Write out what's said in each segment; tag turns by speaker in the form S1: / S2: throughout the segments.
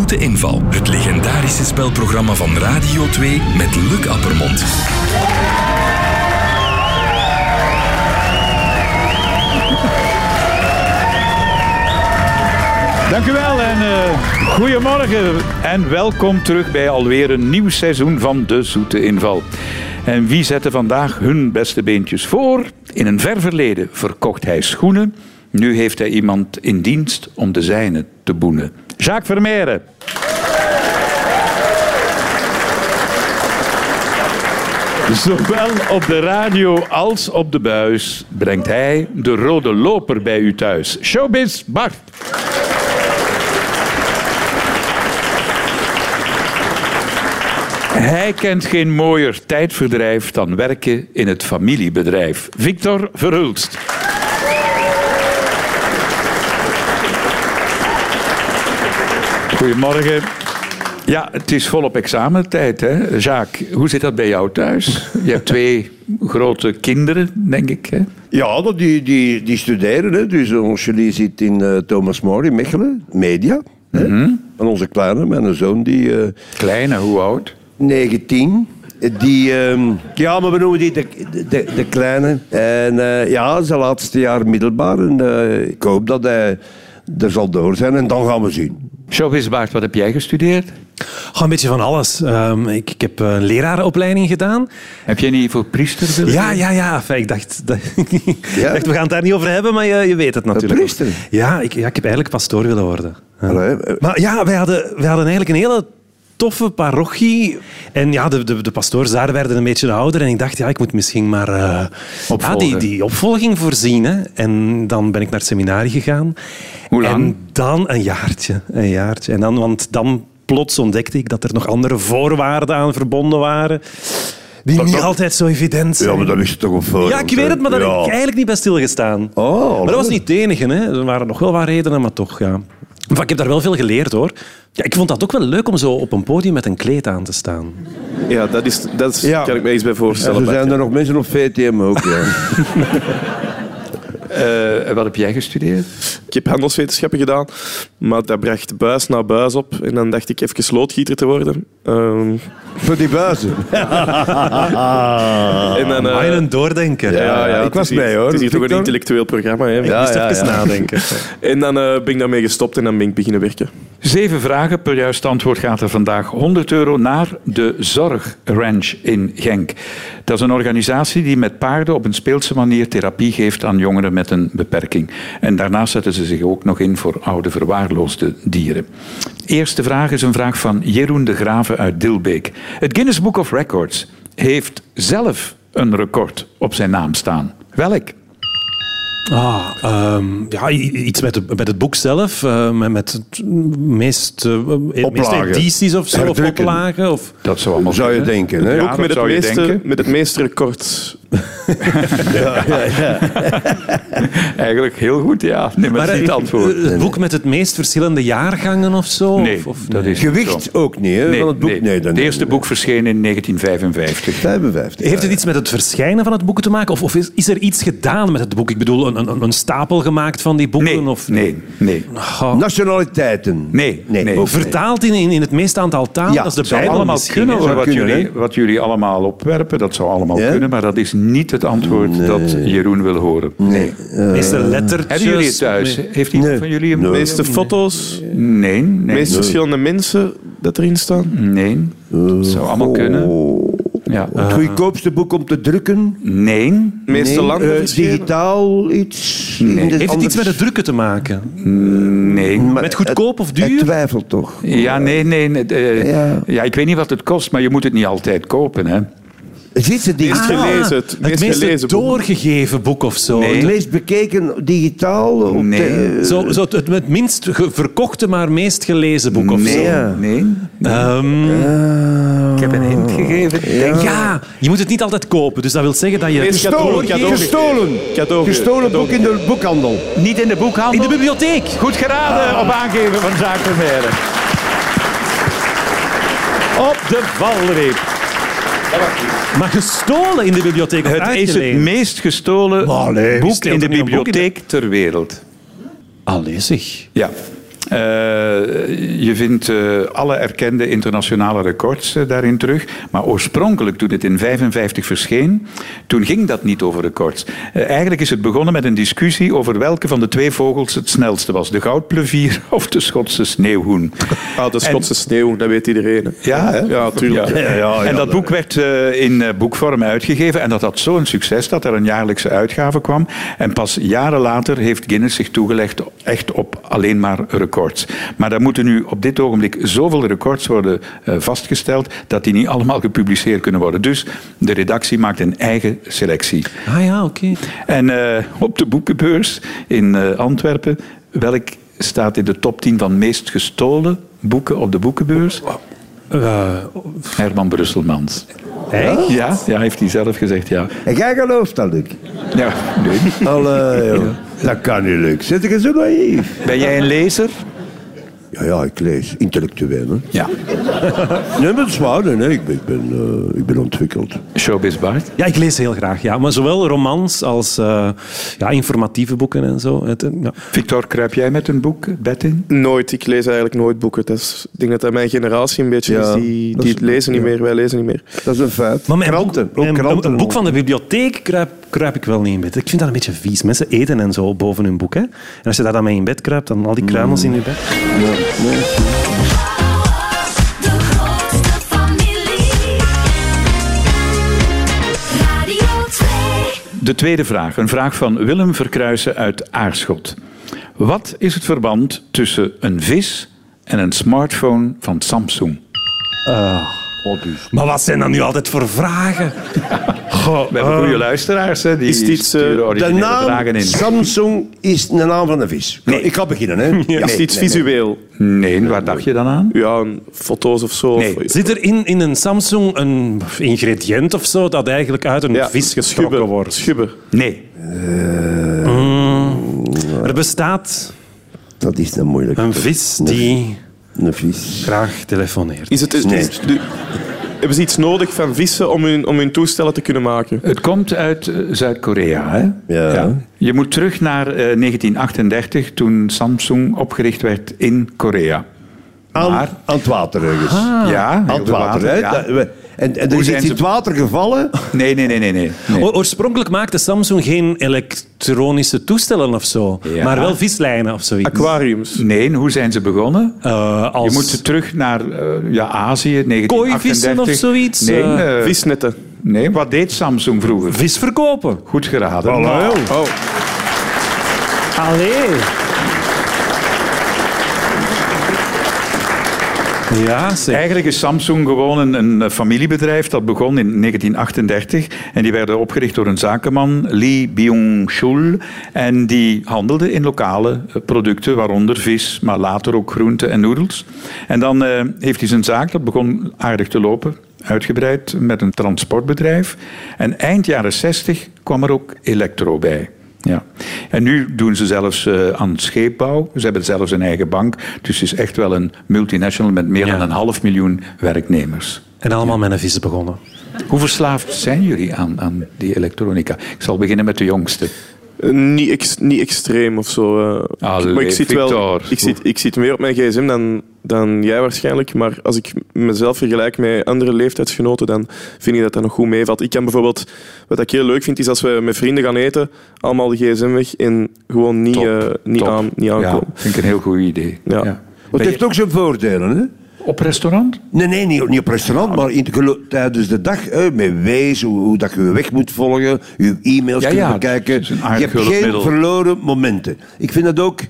S1: Grote Inval. Het legendarische spelprogramma van Radio 2 met Luc Appermond.
S2: Dank u wel en eh, goedemorgen. En welkom terug bij alweer een nieuw seizoen van De Zoete Inval. En wie zette vandaag hun beste beentjes voor? In een ver verleden verkocht hij schoenen. Nu heeft hij iemand in dienst om de zijne te boenen. Jacques Vermeire. Zowel op de radio als op de buis brengt hij de rode loper bij u thuis. Showbiz Bart. Hij kent geen mooier tijdverdrijf dan werken in het familiebedrijf. Victor Verhulst. Goedemorgen. Ja, het is volop examentijd, hè? Jacques, hoe zit dat bij jou thuis? Je hebt twee grote kinderen, denk ik. Hè?
S3: Ja, dat die, die, die studeren. Hè. Dus eh, ons julie zit in eh, Thomas More in Mechelen, media. Hè.
S4: Mhm.
S3: En onze kleine, mijn zoon, die eh,
S2: Kleine, hoe oud?
S3: 19. eh, Die, ehm, ja, maar we noemen die de, de, de kleine. En eh, ja, zijn laatste jaar middelbaar. En eh, ik hoop dat hij er zal door zijn. En dan gaan we zien.
S2: Showbiz Bart, wat heb jij gestudeerd?
S4: Gewoon een beetje van alles. Ehm, ik, ik heb een lerarenopleiding gedaan.
S2: Heb jij niet voor priester willen
S4: Ja,
S2: worden?
S4: ja, ja. Enfin, ik dacht, dat- ik
S3: Ja?
S4: dacht, we gaan het daar niet over hebben, maar je, je weet het natuurlijk.
S3: priester?
S4: Ja ik, ja, ik heb eigenlijk pastoor willen worden. Ja.
S3: Allee, eh,
S4: Maar ja, wij hadden, wij hadden eigenlijk een hele toffe parochie. En ja, de, de, de pastoors daar werden een beetje ouder. En ik dacht, ja, ik moet misschien maar eh, ja,
S2: Opvolger.
S4: die, die opvolging voorzien. Hè. En dan ben ik naar het seminarie gegaan.
S2: Hoe lang?
S4: En dan een jaartje. Een jaartje. En dan, want dan plots ontdekte ik dat er nog andere voorwaarden aan verbonden waren. Die niet
S3: dat-
S4: altijd zo evident zijn.
S3: Ja, maar dan is het toch op voor.
S4: Ja, ik weet het, maar daar heb ik eigenlijk niet bij stilgestaan.
S3: Oh,
S4: maar dat was
S3: leuk.
S4: niet het enige. Hè. Er waren nog wel wat redenen, maar toch, ja. Maar ik heb daar wel veel geleerd, hoor. Ja, ik vond dat ook wel leuk om zo op een podium met een kleed aan te staan.
S5: Ja, dat is, dat is,
S3: Ja.
S5: kan ik me iets bij
S3: En
S5: voorstellen.
S3: zo
S5: Bart,
S3: zijn
S5: ja.
S3: er nog mensen op VTM ook. Ja.
S2: Eh, wat heb jij gestudeerd?
S5: Ik heb handelswetenschappen gedaan, maar dat bracht buis na buis op. En dan dacht ik even loodgieter te worden. Ehm,
S3: Voor die buizen.
S5: en dan, eh,
S4: Ah, en een doordenken.
S5: ja, ja,
S3: ik
S5: het
S3: was
S5: is hier-
S3: mee, hoor,
S5: Het is hier toch een
S3: Victor?
S5: intellectueel programma. Hè.
S3: Ja,
S4: Moest
S3: ja,
S4: even
S3: ja.
S4: nadenken.
S5: En dan eh, ben ik daarmee gestopt en dan ben ik beginnen werken.
S2: Zeven vragen per juist antwoord gaat er vandaag 100 euro naar de Zorg Ranch in Genk. Dat is een organisatie die met paarden op een speelse manier therapie geeft aan jongeren met een beperking. En daarnaast zetten ze zich ook nog in voor oude verwaarloosde dieren. Eerste vraag is een vraag van Jeroen de Graven uit Dilbeek. Het Guinness Book of Records heeft zelf een record op zijn naam staan. Welk?
S4: Ah, ehm, ja, i- iets met, de- met het boek zelf, eh, met- met het meest, eh, meest
S3: Oplagen.
S4: edities of zo, of
S3: Herdrukken.
S4: oplagen. Of...
S2: Dat zou allemaal
S3: Zou je
S2: kunnen.
S3: denken, hè?
S2: Ja,
S5: Ook
S2: dat
S5: met het,
S2: zou je
S5: meeste,
S2: denken.
S5: Eh, met het meeste record.
S2: Eigenlijk heel goed, ja. Nee, maar, het is niet
S4: eh,
S2: het antwoord.
S4: Het boek met het meest verschillende jaargangen of zo?
S2: Nee,
S4: of, of-
S2: dat is niet zo.
S3: Gewicht ook niet, hè?
S2: Nee,
S3: van het boek.
S2: nee.
S3: Nee, dan
S2: het eerste boek verscheen in 1955.
S3: 55.
S4: Heeft het iets met het verschijnen van het boek te maken? Of, of is, is er iets gedaan met het boek? Ik bedoel, een, een, een stapel gemaakt van die boeken?
S2: Nee,
S4: of, Oh.
S2: nee, nee.
S3: Nou,
S4: Goh.
S3: Nationaliteiten?
S2: Nee, nee.
S3: ook
S4: Vertaald in, in, in het meeste aantal talen?
S3: Ja,
S4: dat is de
S2: zou
S4: Bijbel
S2: allemaal
S4: misschien,
S2: kunnen,
S4: hè?
S2: hoor,
S3: Zou
S2: wat,
S3: kunnen,
S2: jullie,
S3: hè?
S2: wat jullie allemaal opwerpen. Dat zou allemaal
S3: Ja?
S2: kunnen, maar dat is niet het antwoord dat Jeroen wil horen. Nee.
S4: Meeste lettertjes.
S2: Hebben jullie het thuis? Heeft iemand
S3: Nee.
S2: van jullie een
S3: Nee.
S5: De meeste foto's, de
S2: Nee, nee,
S5: meest verschillende mensen dat erin staan.
S2: nee. Dat zou allemaal kunnen.
S3: Oh,
S2: Ja. Eh,
S3: het goedkoopste boek om te drukken?
S2: Nee,
S5: De meeste
S3: Nee,
S5: landen
S3: eh,
S5: verschenen.
S3: digitaal iets?
S2: Nee.
S3: In de-
S4: Heeft het iets
S3: anders-
S4: met het drukken te maken?
S2: nee.
S3: Maar
S4: Met goedkoop of
S3: het- het
S4: duur?
S3: twijfelt toch.
S2: Ja, nee, nee. nee, eh,
S3: Ja.
S2: ja, ik weet niet wat het kost, maar je moet het niet altijd kopen, hè.
S3: Zit Ah. het
S5: Meest
S3: digitaal?
S5: gelezen, het
S4: het
S5: meest
S4: meeste
S5: gelezen boek.
S4: doorgegeven boek of zo.
S2: Nee.
S3: Het meest bekeken digitaal? op
S2: Nee.
S3: de-
S4: Zo, zo het, het- het minst ge- verkochte, maar meest gelezen boek of zo.
S2: Nee,
S3: Ja.
S2: nee. Eh, oh.
S4: Ehm,
S2: Ik heb een hint gegeven. denk
S4: ja. je moet het niet altijd kopen. Dus dat wil zeggen dat je...
S5: Meest
S3: Gestolen,
S5: cadeau-
S3: gestolen.
S5: Cadeau-
S3: Gestolen boek in de boekhandel.
S2: Niet in de boekhandel.
S4: In de bibliotheek.
S2: Goed geraden op aangeven van Zaak Vermeer. Op de valreep.
S4: Maar gestolen in de bibliotheek. of
S2: Het is het
S4: uitgeleend.
S2: meest gestolen
S4: Maar nee, wie
S2: boek
S4: steelt
S2: in de
S4: er nu een boek in de-
S2: bibliotheek ter wereld.
S4: Allee zeg.
S2: Ja. Eh, je vindt eh, alle erkende internationale records eh, daarin terug. Maar oorspronkelijk, toen het in 1955 verscheen, toen ging dat niet over records. Eh, eigenlijk is het begonnen met een discussie over welke van de twee vogels het snelste was. De goudplevier of de Schotse sneeuwhoen.
S5: Ah, de Schotse sneeuw, dat weet iedereen. hè.
S2: Ja, hè?
S5: Ja, tuurlijk.
S2: Ja. en dat boek werd eh, in eh, boekvorm uitgegeven. En dat had zo'n succes dat er een jaarlijkse uitgave kwam. En pas jaren later heeft Guinness zich toegelegd echt op alleen maar records. Maar daar moeten nu op dit ogenblik zoveel records worden eh, vastgesteld dat die niet allemaal gepubliceerd kunnen worden. Dus de redactie maakt een eigen selectie.
S4: Ah ja, oké.
S2: En eh, op de boekenbeurs in eh, Antwerpen, welk staat in de top 10 van meest gestolen boeken op de boekenbeurs?
S4: Eh,
S2: Herman Brusselmans.
S4: hey?
S2: Ja, ja, heeft hij zelf gezegd, ja.
S3: En jij gelooft dat, Luc?
S2: ja nee.
S3: Allee, joh. Dat kan niet, Luc. Zit je zo naïef?
S2: Ben jij een lezer?
S3: Ja, ja, ik lees. Intellectueel, hè.
S2: Ja.
S3: Nee, maar het is waar. Nee, nee, ik ben, ik ben, eh, ik ben ontwikkeld.
S2: Showbiz Bart.
S4: Ja, ik lees heel graag. Ja. Maar zowel romans als eh, ja, informatieve boeken en zo. Het, eh, ja.
S2: Victor, kruip jij met een boek bed in?
S5: Nooit. Ik lees eigenlijk nooit boeken. Dat is, ik denk dat dat mijn generatie een beetje
S3: Ja,
S5: is die,
S3: dat
S5: die
S3: is-
S5: het lezen niet meer. Wij lezen niet meer.
S3: Dat is een feit.
S4: Maar mijn boek,
S3: Kranten, ook
S4: mijn-
S3: kranten
S4: een boek
S3: ook.
S4: van de bibliotheek kruip, kruip ik wel niet in bed. Ik vind dat een beetje vies. Mensen eten en zo boven hun boek. Hè? En als je daar dan mee in bed kruipt, dan al die kruimels in je bed.
S6: De grootste familie. Radio 2.
S2: De tweede vraag, een vraag van Willem Verkruisen uit Aarschot. Wat is het verband tussen een vis en een smartphone van Samsung? Ah, dus.
S4: Maar wat zijn dat nu altijd voor vragen?
S2: Oh, We hebben goede luisteraars, hè? Die
S5: is dit, eh,
S2: sturen
S3: De
S2: originele vragen
S3: naam
S2: in.
S3: Samsung is de naam van de vis. Ik ga beginnen, hè. Ja.
S5: is het iets visueel?
S2: Nee, waar dacht je dan aan?
S5: Ja, een foto's of zo.
S2: Nee.
S5: Of-
S4: Zit er in, in een Samsung een ingrediënt of zo dat eigenlijk uit een
S5: Ja,
S4: vis geschrokken
S5: schubben,
S4: wordt?
S5: Schubben.
S2: Nee.
S4: Er bestaat
S3: Dat is dan moeilijk.
S4: een vis die
S3: Een vis.
S4: graag telefoneert.
S5: Is het, is- is- de- hebben ze iets nodig van vissen om hun, om hun toestellen te kunnen maken?
S2: Het komt uit eh, Zuid-Korea, hè?
S3: Ja.
S2: Je moet terug naar eh, 1938, toen Samsung opgericht werd in Korea.
S3: Aan,
S2: Maar-
S3: aan het water ergens.
S4: Ah.
S2: Ja,
S3: aan het water, hè.
S2: ja.
S3: Dat- we- En, en er
S2: Hoe
S3: is
S2: zijn
S3: iets
S2: ze-
S3: in het water gevallen.
S2: Nee, nee, nee, nee. nee. nee.
S4: O- Oorspronkelijk maakte Samsung geen elektronische toestellen of zo,
S2: Ja.
S4: maar wel vislijnen of zoiets.
S5: Aquariums.
S2: Nee, hoe zijn ze begonnen?
S4: Eh,
S2: Je
S4: als...
S2: moet terug naar eh, ja, Azië, 1938.
S4: Kooivissen of zoiets?
S2: Nee,
S4: Eh,
S2: eh,
S5: Visnetten.
S2: nee, wat deed Samsung vroeger?
S4: vis verkopen.
S2: Goed geraden. Nou,
S5: Oh,
S4: Allee. Ja, zeg.
S2: Eigenlijk is Samsung gewoon een, een eh, familiebedrijf dat begon in 1938. En die werden opgericht door een zakenman, Lee Byung-chul. En die handelde in lokale eh, producten, waaronder vis, maar later ook groenten en noedels. En dan eh, heeft hij zijn zaak, dat begon aardig te lopen, uitgebreid met een transportbedrijf. En eind jaren 60 kwam er ook elektro bij. Ja. En nu doen ze zelfs eh, aan scheepbouw. Ze hebben zelfs een eigen bank. Dus het is echt wel een multinational met meer
S4: Ja.
S2: dan een half miljoen werknemers.
S4: En allemaal met een vis begonnen.
S2: Hoe verslaafd zijn jullie aan, aan die elektronica? Ik zal beginnen met de jongste.
S5: Eh, Niet, ex- niet extreem of zo. eh.
S2: Allee,
S5: maar ik zit wel.
S2: Victor.
S5: Ik zit, ik zit meer op mijn gsm dan, dan jij waarschijnlijk. Maar als ik mezelf vergelijk met andere leeftijdsgenoten, dan vind ik dat dat nog goed meevalt. Ik kan bijvoorbeeld. Wat ik heel leuk vind, is als we met vrienden gaan eten, allemaal de gsm weg en gewoon niet,
S2: Top,
S5: eh, niet,
S2: top.
S5: aan, niet
S2: Ja,
S5: aankomen.
S2: vind ik een heel goed idee.
S5: Ja.
S3: Het heeft ook zijn voordelen, hè.
S2: Op restaurant?
S3: Nee, nee, niet, niet op restaurant, maar in, gelo- tijdens de dag. Hè, met wees, hoe, hoe dat je je weg moet volgen, je e-mails
S2: Ja,
S3: kunnen
S2: ja,
S3: bekijken.
S2: het is
S3: Je
S2: een aardig
S3: hebt geen
S2: hulpmiddel.
S3: verloren momenten. Ik vind dat ook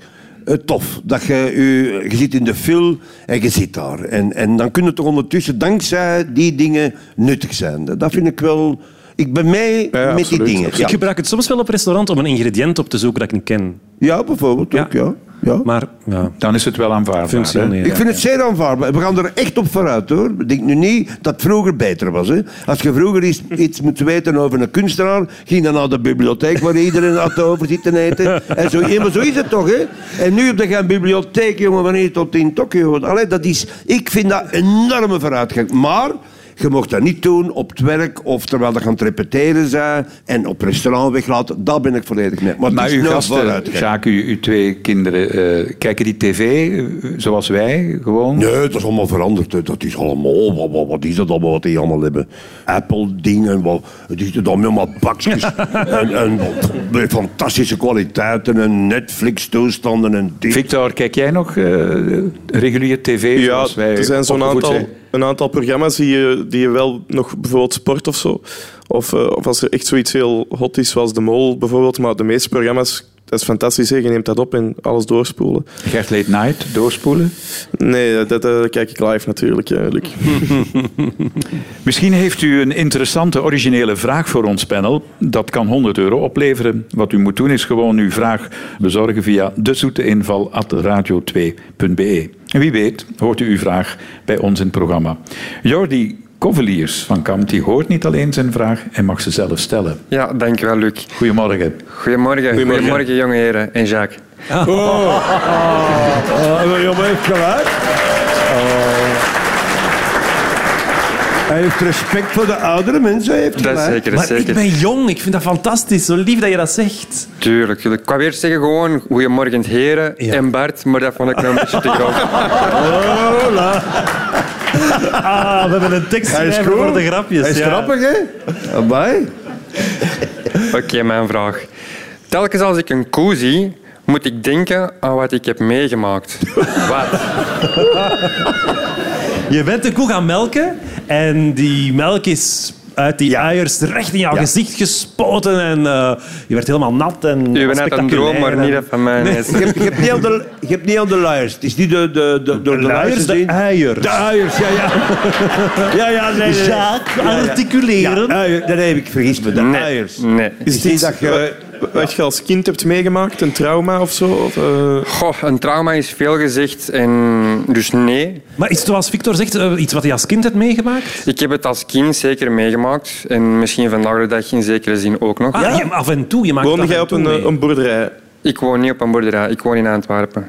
S3: eh, tof. Dat je, je, je zit in de film en je zit daar. En, en dan kunnen toch ondertussen dankzij die dingen nuttig zijn. Dat dat vind ik wel... Ik ben mee
S5: Ja,
S3: met
S5: absoluut,
S3: die dingen.
S5: absoluut.
S3: Ja.
S4: Ik gebruik het soms wel op restaurant om een ingrediënt op te zoeken dat ik niet ken.
S3: ja, bijvoorbeeld ook, ja. ja.
S4: Maar ja,
S2: Dan is het wel aanvaardbaar. hè?
S4: functioneert.
S3: Ik vind het zeer aanvaardbaar. We gaan er echt op vooruit, hoor. Ik denk nu niet dat het vroeger beter was. Hè. Als je vroeger iets, iets moet weten over een kunstenaar, ging dan naar de bibliotheek waar iedereen had over zitten eten. En zo, ja, maar zo is het toch, hè? En nu heb je geen bibliotheek, jongen, van hier tot in Tokio. Allee, dat is, ik vind dat een enorme vooruitgang. Maar Je mocht dat niet doen op het werk of terwijl dat gaan repeteren zijn en op restaurant weglaten. Daar ben ik volledig mee. Maar,
S2: Maar
S3: het is nou
S2: uw
S3: nooit
S2: gasten,
S3: vooruitkijken.
S2: Sjaak, uw, uw twee kinderen, eh, kijken die tv eh, zoals wij gewoon?
S3: Nee, dat is allemaal veranderd. hè. Dat is allemaal, wat, wat, wat is dat allemaal wat die allemaal hebben? Apple-dingen, wat- het is dan allemaal bakjes. en, en met fantastische kwaliteiten en Netflix-toestanden en dit.
S2: Victor, kijk jij nog eh, regulier tv
S5: Ja,
S2: zoals wij
S5: er zijn zo'n
S2: opgevoed
S5: aantal,
S2: zijn?
S5: een aantal programma's die je, die je wel nog, bijvoorbeeld sport of zo. Of, eh, of als er echt zoiets heel hot is, zoals De Mol bijvoorbeeld. Maar de meeste programma's, dat is fantastisch. hè. Je neemt dat op en alles doorspoelen.
S2: Gert Late Night, doorspoelen.
S5: Nee, dat eh, kijk ik live natuurlijk, eh, Luc.
S2: Misschien heeft u een interessante originele vraag voor ons panel. Dat kan 100 euro opleveren. Wat u moet doen is gewoon uw vraag bezorgen via dezoeteinval.radio2.be. En wie weet hoort u uw vraag bij ons in het programma. Jordi Koveliers van Kamp die hoort niet alleen zijn vraag en mag ze zelf stellen.
S7: Ja, dankjewel, Luc.
S2: Goedemorgen.
S7: Goedemorgen. Goedemorgen, jonge heren en Jacques.
S3: William heeft gelijk. Oh. Hij heeft respect voor de oudere mensen. Hij heeft
S7: Dat is
S3: gelijk.
S7: zeker, dat is
S4: Maar ik
S7: zeker.
S4: ben jong, ik vind dat fantastisch. Zo lief dat je dat zegt.
S7: Tuurlijk, tuurlijk. Ik wou eerst zeggen gewoon goedemorgen heren
S4: Ja.
S7: en Bart, maar dat vond ik nou een beetje te groot.
S4: Ah, we hebben een tekst
S3: Hij is cool.
S4: voor de grapjes.
S3: Hij is
S4: ja.
S3: grappig, hè? Amai.
S7: Oké, mijn vraag. Telkens als ik een koe zie, moet ik denken aan wat ik heb meegemaakt. Wat?
S4: Je bent een koe gaan melken en die melk is uit die eiers recht in jouw gezicht gespoten en eh, je werd helemaal nat. En
S7: U bent uit een droom, maar niet dat van mij. Nee.
S3: Je hebt, je hebt niet aan de, je hebt niet aan de luiers. Het is niet de, de, de, door de
S4: Luiers,
S3: luiers
S4: de
S3: heen.
S4: eiers.
S3: De uiers, ja, ja. Ja, ja, nee, nee.
S4: Zaak
S3: Ja, ja.
S4: articuleren.
S3: Ja, uier, dat heb ik vergist me. De uiers.
S7: Nee.
S3: Is
S5: dit-
S3: dit dat je...
S5: Wat je als kind hebt meegemaakt, een trauma of zo? Of, eh,
S7: Goh, een trauma is veel gezegd en dus nee.
S4: Maar is het zoals Victor zegt, eh, iets wat hij als kind heeft meegemaakt?
S7: Ik heb het als kind zeker meegemaakt en misschien vandaag de dag in zekere zin ook nog.
S4: Ah, je- af en toe. Je maakt
S5: woonde
S4: het af
S5: jij
S4: en toe
S5: op een,
S4: mee.
S5: eh, een boerderij?
S7: Ik woon niet op een boerderij, ik woon in Antwerpen.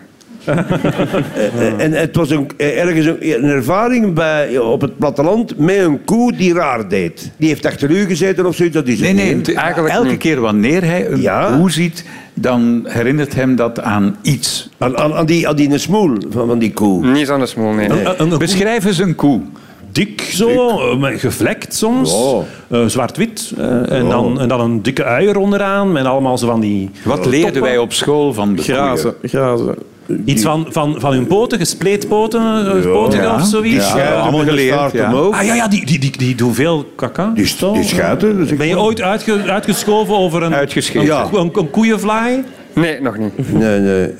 S3: Eh, En het was een, eh, ergens een, een ervaring bij, op het platteland met een koe die raar deed. Die heeft achter u gezeten of zoiets, dat is het
S2: Nee, nee,
S3: niet,
S2: het-
S7: Eigenlijk
S2: elke
S7: niet.
S2: keer wanneer hij een
S3: Ja.
S2: koe ziet, dan herinnert hem dat aan iets.
S3: hè? Aan, aan, aan die, aan die smoel van, van die koe.
S7: Niet aan de smoel, nee.
S4: Een- een- een koe
S2: Beschrijf eens een koe.
S4: dik zo, eh, maar gevlekt soms,
S3: Ja.
S4: eh, zwart-wit. eh, en, dan, en dan een dikke uier onderaan met allemaal zo van die...
S2: Wat leerden wij op school van de
S5: Grazen. grazen.
S4: Iets van, van, van hun poten, gespleetpoten eh, poten
S2: Ja.
S4: of zoiets.
S3: Die schuiven
S2: allemaal
S3: met de
S2: geleerd,
S3: staart
S2: ja.
S3: omhoog.
S4: Ah ja, ja die, die, die, die doen veel kaka. Oh.
S3: Die, die schuiten. dat is- dus
S4: Ben je ooit uitge- uitgeschoven over een,
S2: Uitgescheten.
S4: een,
S3: Ja.
S4: een, een koeienvlaai?
S7: Nee, nog niet.
S3: Nee, nee.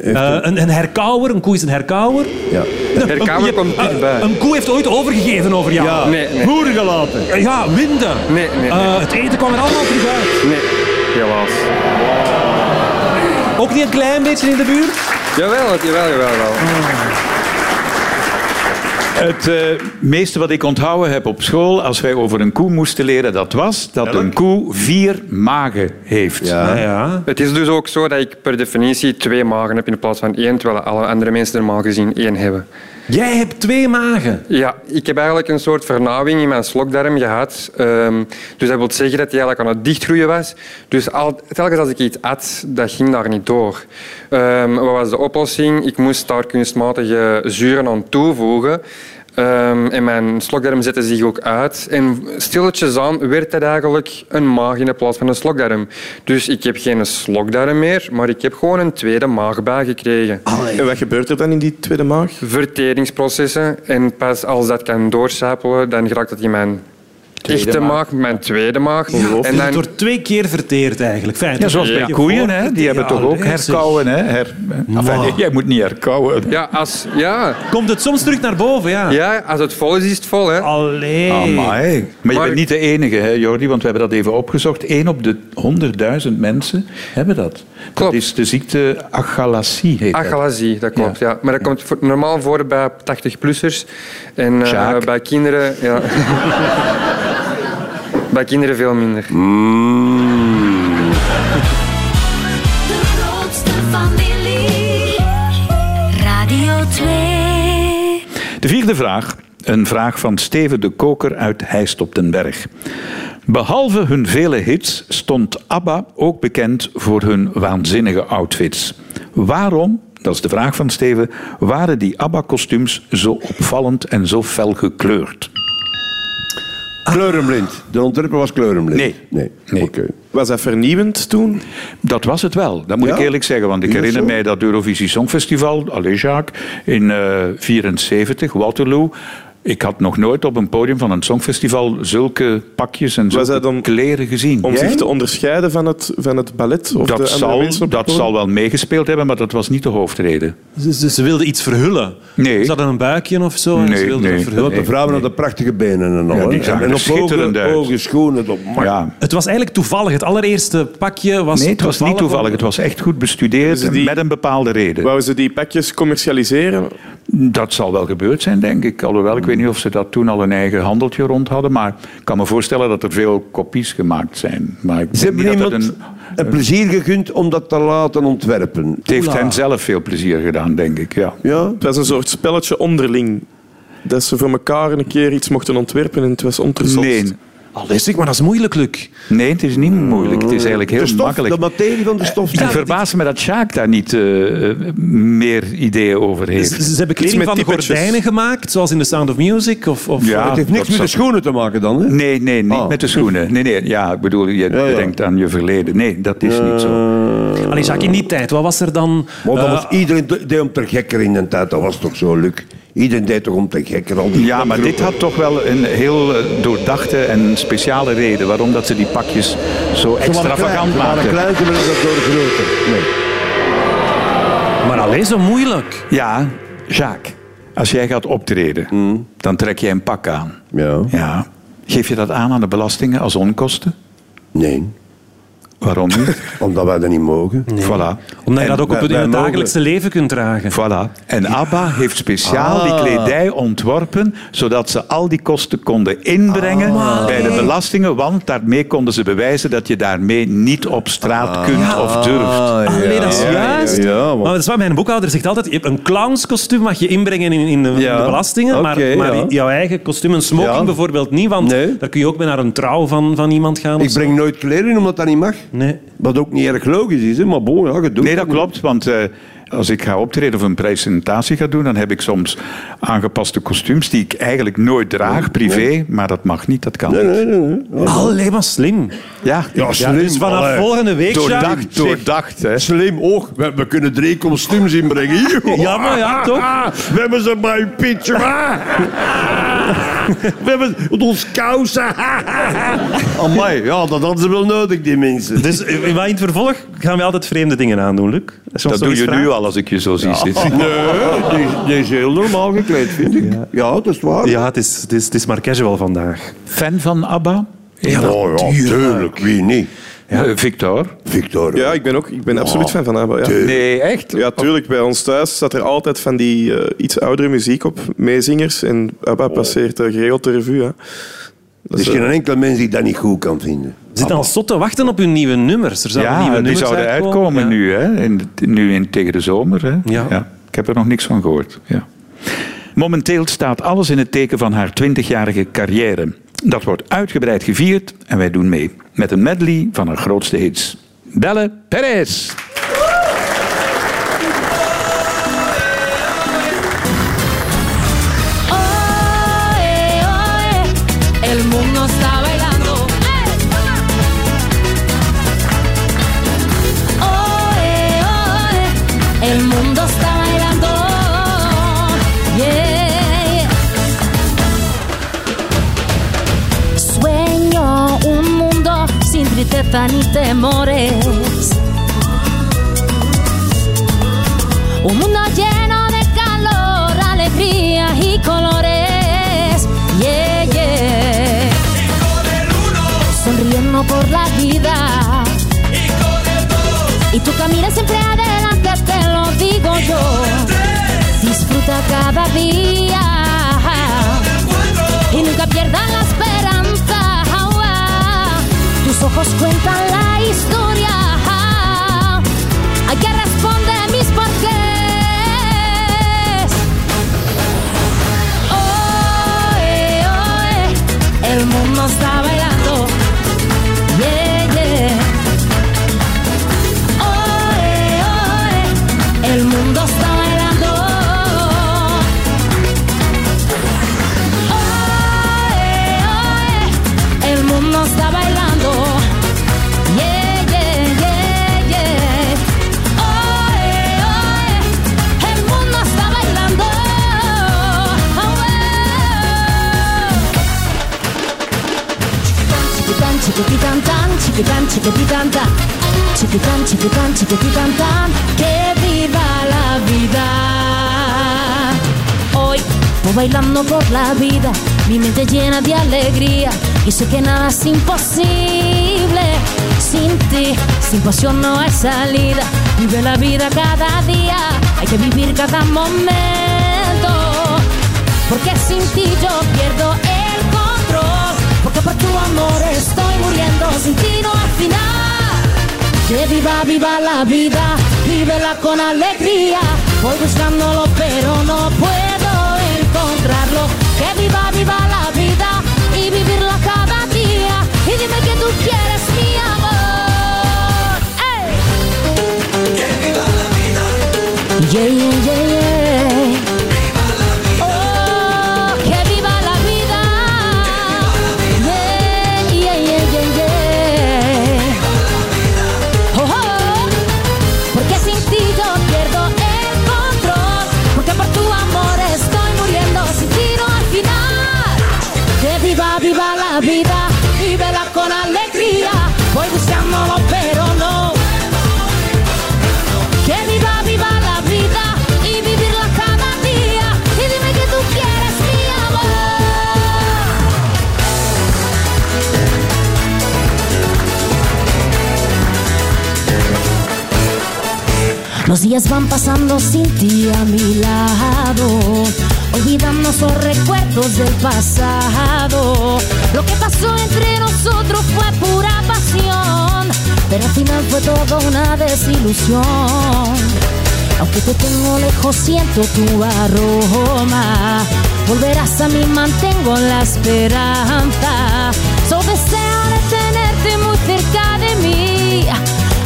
S4: Eh, een, een herkauwer? Een koe is een herkauwer?
S3: Ja.
S7: Herkamer komt dichtbij.
S4: Een koe heeft ooit overgegeven over jou. Ja,
S7: Nee, nee.
S3: Boeren gelaten.
S4: ja winden.
S7: Nee, nee, nee.
S4: Eh, het eten kwam er allemaal terug uit.
S7: Nee, helaas.
S4: Ook niet een klein beetje in de buurt?
S7: Jawel, jawel, jawel. jawel.
S2: Het eh, meeste wat ik onthouden heb op school, als wij over een koe moesten leren, dat was dat een koe vier magen heeft.
S4: Ja. ja.
S7: Het is dus ook zo dat ik per definitie twee magen heb in plaats van één, terwijl alle andere mensen normaal gezien één hebben.
S4: Jij hebt twee magen.
S7: Ja, ik heb eigenlijk een soort vernauwing in mijn slokdarm gehad. Ehm, dus dat wil zeggen dat die eigenlijk aan het dichtgroeien was. Dus al, telkens als ik iets at, dat ging daar niet door. Ehm, wat was de oplossing? Ik moest daar kunstmatige zuren aan toevoegen. Ehm, en mijn slokdarm zette zich ook uit. En stilletjes aan werd dat eigenlijk een maag in de plaats van een slokdarm. Dus ik heb geen slokdarm meer, maar ik heb gewoon een tweede maag bijgekregen
S5: En wat gebeurt er dan in die tweede maag?
S7: verteringsprocessen. En pas als dat kan doorstapelen, dan raakt dat in mijn echte maag, mijn tweede maag.
S4: En
S7: en
S4: Dus het
S7: dan,
S4: wordt twee keer verteerd eigenlijk. Fijn,
S2: Ja, zoals bij
S4: Ja.
S2: koeien, hè? die hebben
S4: Ja,
S2: toch ook
S4: leuk, zeg.
S2: herkauwen. Hè? Her... Enfin, nee, jij moet niet herkauwen.
S7: ja, als, ja,
S4: Komt het soms terug naar boven, ja.
S7: ja, als het vol is, is het vol.
S4: Ah,
S7: Hè.
S4: Allee.
S2: Amai. Maar je
S7: Maar-
S2: bent niet de enige, hè, Jordi, want we hebben dat even opgezocht. 1 op de 100.000 mensen hebben dat. Dat
S7: Klopt.
S2: is de ziekte achalasie. Heet dat.
S7: Achalasie, Ah, dat klopt. Ja. Maar dat komt voor- normaal voor bij 80-plussers. En eh,
S2: Sjaak.
S7: bij kinderen... Ja. bij kinderen veel minder.
S6: de grootste familie. Radio 2.
S2: De vierde vraag. Eh, Een vraag van Steven de Koker uit Heist op den Berg. Behalve hun vele hits stond ABBA ook bekend voor hun waanzinnige outfits. Waarom, dat is de vraag van Steven, waren die ABBA-kostuums zo opvallend en zo fel gekleurd?
S3: Kleurenblind. De ontwerper was kleurenblind.
S2: Nee.
S3: Nee.
S2: Nee.
S3: Oké.
S5: Was dat vernieuwend toen?
S2: Dat was het wel, dat moet
S3: Ja?
S2: ik eerlijk zeggen. Want ik
S3: Is dat
S2: herinner
S3: zo?
S2: mij dat Eurovisie Songfestival, allez Jacques, in 1974, Waterloo. Ik had nog nooit op een podium van een songfestival zulke pakjes en
S5: dat
S2: zulke
S5: om-
S2: kleren gezien.
S5: Om
S3: Jij?
S5: zich te onderscheiden van het, van het ballet? Of de
S2: dat
S5: andere mensen
S2: zal,
S5: op het
S2: dat
S5: podium?
S2: zal wel meegespeeld hebben, maar dat was niet de hoofdreden.
S4: Ze, ze, ze wilden iets verhullen.
S2: Nee.
S4: Ze hadden een buikje of zo en
S2: Nee,
S4: ze wilden
S2: nee.
S4: dat verhullen.
S3: De vrouwen hadden prachtige benen en al.
S2: Ja, die
S3: hè.
S2: zagen
S3: en
S2: er
S3: op
S2: schitterend
S3: hoge,
S2: uit.
S3: hoge schoenen. Op mak-
S2: Ja.
S4: Het was eigenlijk toevallig. Het allereerste pakje was
S2: Nee, het was niet toevallig. Het was echt goed bestudeerd
S5: Dus die-
S2: met een bepaalde reden.
S5: Wouden ze die pakjes commercialiseren?
S2: Dat zal wel gebeurd zijn, denk ik. Alhoewel, ik weet niet of ze dat toen al een eigen handeltje rond hadden. Maar ik kan me voorstellen dat er veel kopies gemaakt zijn. Maar ik
S3: Ze
S2: denk
S3: hebben
S2: niet dat
S3: iemand
S2: het
S3: een...
S2: een...
S3: plezier gegund om dat te laten ontwerpen.
S2: Het heeft hen zelf veel plezier gedaan, denk ik. Ja.
S3: Ja?
S5: Het was een soort spelletje onderling. Dat ze voor elkaar een keer iets mochten ontwerpen en het was onterzot.
S2: Nee,
S4: Al is ik, maar dat is moeilijk, Luc.
S2: nee, het is niet moeilijk. Het is eigenlijk heel
S3: de stof,
S2: makkelijk. Eh,
S3: de materie van de stof.
S2: Ik verbaas me dat Sjaak daar niet eh, eh, meer ideeën over heeft.
S4: Ze, ze hebben
S5: Iets
S4: kleding
S5: met
S4: van
S5: typetjes.
S4: gordijnen gemaakt, zoals in The Sound of Music. Of, of
S2: Ja.
S3: het heeft
S2: dat
S3: niks met
S2: zou-
S3: de schoenen te maken dan, hè?
S2: Nee, nee, niet
S3: Oh.
S2: met de schoenen. Nee, nee, ja, ik bedoel, je
S3: ja. Eh,
S2: denkt aan je verleden. Nee, dat is niet zo.
S4: Allee, Jacques, in die tijd, wat was er dan?
S3: Maar dat
S4: eh,
S3: was, iedereen de- deed om te gekker in de tijd. Dat was toch zo, Luc? Iedereen deed toch om te gekker. Al die
S2: Ja, maar dit had toch wel een heel eh, doordachte en speciale reden waarom dat ze die pakjes zo
S3: Ze waren
S2: extravagant
S3: klein, Ze waren
S2: maakten.
S3: klein, ze willen dat door groter. Nee.
S4: Maar alleen zo moeilijk.
S2: Ja, Jacques, als jij gaat optreden,
S4: Mm.
S2: dan trek jij een pak aan.
S3: Ja.
S2: Ja. Geef je dat aan aan de belastingen als onkosten?
S3: Nee,
S2: Waarom niet?
S3: omdat wij dat niet mogen.
S2: Voilà.
S4: Omdat je dat ook
S3: wij- wij
S4: op het, in het
S3: mogen-
S4: dagelijkse leven kunt dragen.
S2: Voilà. En ABBA heeft speciaal
S4: Ah.
S2: die kledij ontworpen, zodat ze al die kosten konden inbrengen
S4: Ah.
S2: bij de belastingen, want daarmee konden ze bewijzen dat je daarmee niet op straat
S4: Ah.
S2: kunt of durft.
S3: Ah,
S4: Nee, dat is
S3: ja,
S4: juist.
S3: Ja, ja,
S4: maar...
S3: want-
S4: dat is wat mijn boekhouder zegt altijd. Je hebt een clownskostuum mag je inbrengen in, in, de, in
S3: Ja.
S4: de belastingen. maar
S3: Oké,
S4: maar
S3: ja.
S4: jouw eigen kostuum, een smoking
S3: Ja.
S4: bijvoorbeeld niet. Want
S3: Nee.
S4: daar kun je ook mee naar een trouw van, van iemand gaan. of
S3: ik
S4: zo.
S3: breng nooit kleren in, omdat dat niet mag.
S4: Nee.
S3: Wat ook niet erg logisch is, hè, maar bon, ja, je doet
S2: Nee, dat klopt, want eh, als ik ga optreden of een presentatie ga doen, dan heb ik soms aangepaste kostuums die ik eigenlijk nooit draag, privé, maar dat mag niet, dat kan niet.
S3: Nee, nee, nee.
S4: Alleen maar slim.
S2: Ja,
S3: Ja,
S4: Ja,
S3: slim.
S4: dus vanaf
S3: Allee.
S4: volgende week, Jacques,
S2: doordacht, doordacht. Hè.
S3: Slim oog. We, we kunnen drie kostuums inbrengen. Joh.
S4: Ja, maar ja, toch?
S3: We hebben ze bij een pitcher. We hebben met ons kousen. Amai, ja, dat hadden ze wel nodig, die mensen.
S4: Dus eh, wat in het vervolg gaan we altijd vreemde dingen aandoen, Luc. Als je
S2: Dat
S4: ons nog
S2: doe
S4: iets
S2: je nu
S4: vraagt.
S2: al als ik je zo zie zitten.
S3: Nee, die, is- die is heel normaal gekleed, vind ik. Ja, dat is waar. Oh,
S4: Ja, het is, het, is, het is maar casual vandaag.
S2: Fan van ABBA?
S3: oh, ja, tuurlijk. Wie niet?
S2: Eh, Victor?
S3: Victor.
S5: Ja, ik ben, ook, ik ben absoluut fan van ABBA. Ja.
S2: Nee, echt?
S5: Ja, tuurlijk. Bij ons thuis staat er altijd van die eh, iets oudere muziek op. Meezingers. En ABBA passeert eh, geregeld de revue. Hè.
S3: Er
S5: Dat
S3: is
S5: is, eh,
S3: geen enkel mens die dat niet goed kan vinden.
S4: We zitten al zot te wachten op hun nieuwe nummers. Er zouden nieuwe
S2: Ja, die
S4: nummers
S2: zouden uitkomen
S4: Ja.
S2: nu, hè? In, nu in, tegen de zomer. Hè?
S4: Ja.
S2: Ik heb er nog niks van gehoord. Ja. Momenteel staat alles in het teken van haar 20-jarige carrière. Dat wordt uitgebreid gevierd en wij doen mee met een medley van haar grootste hits. Belle Perez.
S6: Oye, oye, el mundo está bailando. Oye, oye, el mundo está bailando. Yeah, yeah. Sueño un mundo sin tristeza ni temores. Un mundo lleno de calor, alegría y colores. Yeah, yeah. Sonriendo por la vida. Y tú caminas siempre adelante, te lo digo yo. Disfruta cada día. Y nunca pierdas la esperanza. Tus ojos cuentan la historia. Hay que responder mis porqués. Oh, el mundo está bailando. Yeah, yeah. Oe, oe, el mundo está bailando. Oe, oe, el mundo está bailando. Yeah, yeah, yeah, yeah. Oe, oe, el mundo está bailando. Oe. chiquitán, chiquititán, tan, chiquitán, chiquititán, tan, chiquitán, chiquitán, chiquititán, tan, que viva la vida. Hoy voy bailando por la vida, mi mente llena de alegría y sé que nada es imposible sin ti. Sin pasión no hay salida, vive la vida cada día, hay que vivir cada momento. Porque sin ti yo pierdo el control Porque por tu amor estoy muriendo Sin ti no hay final Que viva, viva la vida Vívela con alegría Voy buscándolo pero no puedo encontrarlo Que viva, viva la vida Y vivirla cada día Y dime que tú quieres mi amor ¡Ey! Yeah, yeah, yeah, yeah. Oh, que viva la vida. Yeah, yeah, yeah, yeah, yeah. Oh, oh, porque sin ti yo pierdo el control. Porque por tu amor estoy muriendo sin ti no al final. Que viva, viva la vida. Vívela con alegría. Voy buscándolo, pero no. Que viva, viva la vida y vivirla cada día. Y dime que tú quieres mi amor. Los días van pasando sin ti a mi lado, olvidando los recuerdos del pasado. Lo que pasó entre nosotros fue pura pasión, pero al final fue todo una desilusión. Aunque te tengo lejos, siento tu aroma. Volverás a mí, mantengo la esperanza. Solo deseo de tenerte muy cerca de mí.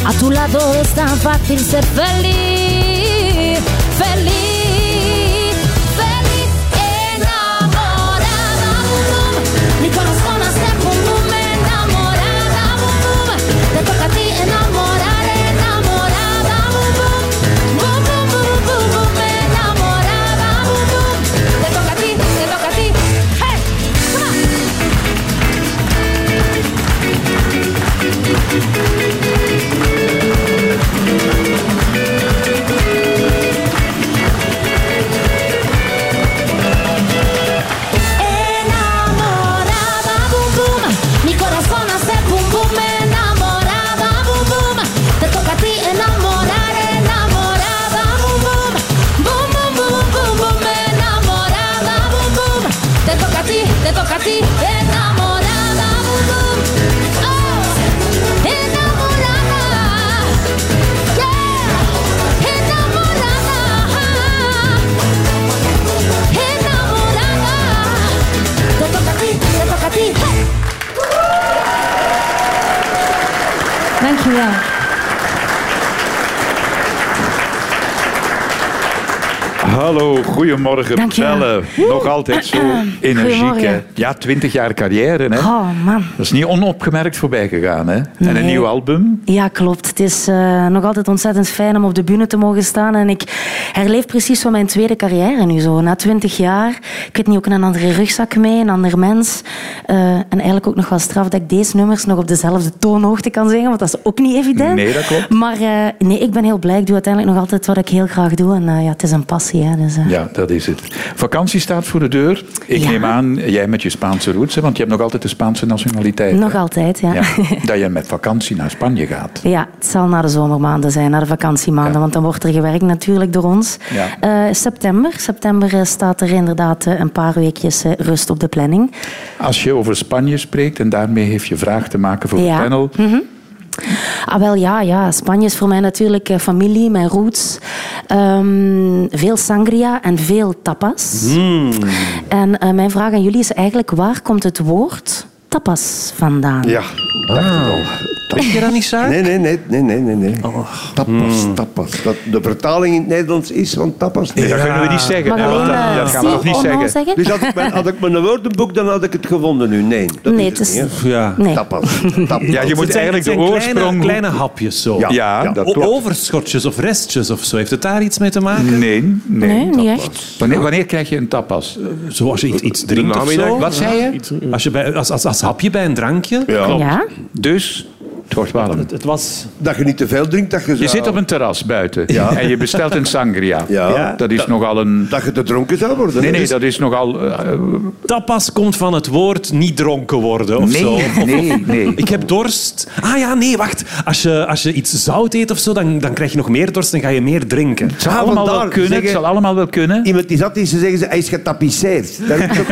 S6: A tu lado es tan fácil ser feliz, feliz, feliz, enamorada. Boom, boom. Mi corazón hace boom, boom, enamorada. Boom, boom. Te toca a ti enamorar, enamorada. Boom, boom. Boom, boom, boom, boom, boom, enamorada. Boom, boom. Te toca a ti, te toca a ti. Hey, come on. Enamorada, boom boom, mi corazón hace boom boom. Enamorada, boom boom, te toca a ti enamorar, enamorada, boom boom, boom boom boom boom boom. Enamorada, boom boom, te toca a ti, te toca a ti, enamorada, boom boom, oh, enamorada, yeah, enamorada, enamorada. Te toca a ti, te toca a ti. Dankjewel.
S2: Hallo, goedemorgen.
S6: Dankjewel.
S2: Bellen. Nog altijd zo
S6: Eh,
S2: energiek. Hè?
S6: Goedemorgen.
S2: Ja, twintig jaar carrière. Hè?
S6: Oh man.
S2: Dat is niet onopgemerkt voorbij gegaan. Hè? En een
S6: Nee.
S2: nieuw album.
S6: Ja, klopt. Het is eh, nog altijd ontzettend fijn om op de bühne te mogen staan. En ik herleef precies van mijn tweede carrière nu zo. Na twintig jaar, ik weet niet, ook een andere rugzak mee, een ander mens. Eh, en eigenlijk ook nog wel straf dat ik deze nummers nog op dezelfde toonhoogte kan zingen. Want dat is ook niet evident.
S2: Nee, dat klopt.
S6: Maar eh, nee, ik ben heel blij. Ik doe uiteindelijk nog altijd wat ik heel graag doe. En eh, ja, het is een passie. Hè, dus, eh.
S2: Ja, dat is het. Vakantie staat voor de deur. Ik
S6: Ja.
S2: neem aan, jij met je Spaanse roots, hè, want je hebt nog altijd de Spaanse nationaliteit.
S6: Nog
S2: hè?
S6: altijd, ja.
S2: Ja,
S6: ja.
S2: dat je met vakantie naar Spanje gaat.
S6: het zal naar de zomermaanden zijn, naar de vakantiemaanden,
S2: Ja.
S6: want dan wordt er gewerkt natuurlijk door ons.
S2: Ja.
S6: Eh, september. September eh, staat er inderdaad eh, een paar weekjes eh, rust op de planning.
S2: Als je over Spanje spreekt, en daarmee heeft je vraag te maken voor
S6: Ja.
S2: het panel.
S6: Ah, wel ja, ja. Spanje is voor mij natuurlijk eh, familie, mijn roots. Ehm, veel sangria en
S2: Hmm.
S6: veel tapas. En eh, mijn vraag aan jullie is eigenlijk: waar komt het woord
S8: tapas vandaan?
S3: Ja, dacht ik al.
S4: Heb je dat niet, Sjaak?
S3: Nee, nee, nee, nee, nee, nee. nee. Tapas, tapas. Dat de vertaling in het Nederlands is van tapas.
S2: Nee, dat kunnen we niet zeggen.
S8: Mag
S2: hè, want
S8: alleen
S2: dat,
S8: eh,
S2: dat gaan we
S8: si
S2: nog niet
S8: of no
S2: zeggen.
S8: zeggen?
S3: Dus had ik, mijn, had ik mijn woordenboek, dan had ik het gevonden nu. Nee, dat
S8: Nee,
S3: is het
S8: het is-
S3: niet. hè.
S4: Ja.
S8: Nee.
S3: Tapas. tapas.
S2: Ja, je moet
S4: Het zijn-
S2: eigenlijk
S4: het
S2: de
S4: zijn kleine-
S2: oorsprong...
S4: Kleine hapjes zo.
S3: Ja.
S2: Ja,
S3: Ja.
S2: dat
S4: O-
S2: klopt.
S4: Overschotjes of restjes of zo. Heeft het daar iets mee te maken?
S2: Nee, nee.
S8: Nee, niet echt.
S2: Wanneer, wanneer krijg je een tapas?
S4: Zo als je iets, iets drinkt of
S5: namiddag.
S4: zo.
S2: Wat zei Nou, je?
S4: Als, je bij, als, als, als hapje bij een drankje.
S3: Ja.
S8: Ja?
S2: Dus, het wordt warm.
S4: Het, het was...
S3: Dat je niet te veel drinkt, dat je,
S2: Je
S3: zou-
S2: zit op een terras buiten
S3: Ja.
S2: en je bestelt een sangria.
S3: Ja.
S2: Dat is nogal een...
S3: Dat je te dronken zou worden.
S2: Nee,
S3: hè.
S2: nee,
S3: Dus
S2: dat is nogal... eh,
S4: Tapas komt van het woord niet dronken worden of zo.
S2: nee,
S4: Of-
S2: nee, nee.
S4: Ik heb dorst. Ah ja, nee, wacht. Als je, als je iets zout eet of zo, dan, dan krijg je nog meer dorst en ga je meer drinken.
S2: Het zal allemaal wel
S3: vandaar
S2: kunnen. Het
S3: zeggen-
S2: zal allemaal wel kunnen.
S3: Iemand die zat is, ze zeggen ze, hij is getapiceerd. Dat is toch...